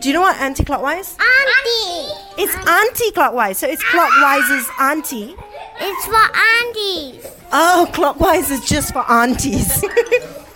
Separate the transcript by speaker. Speaker 1: Do you know what anti-clockwise?
Speaker 2: Auntie.
Speaker 1: It's anti-clockwise, so it's clockwise is auntie.
Speaker 2: It's for aunties.
Speaker 1: Oh, clockwise is just for aunties.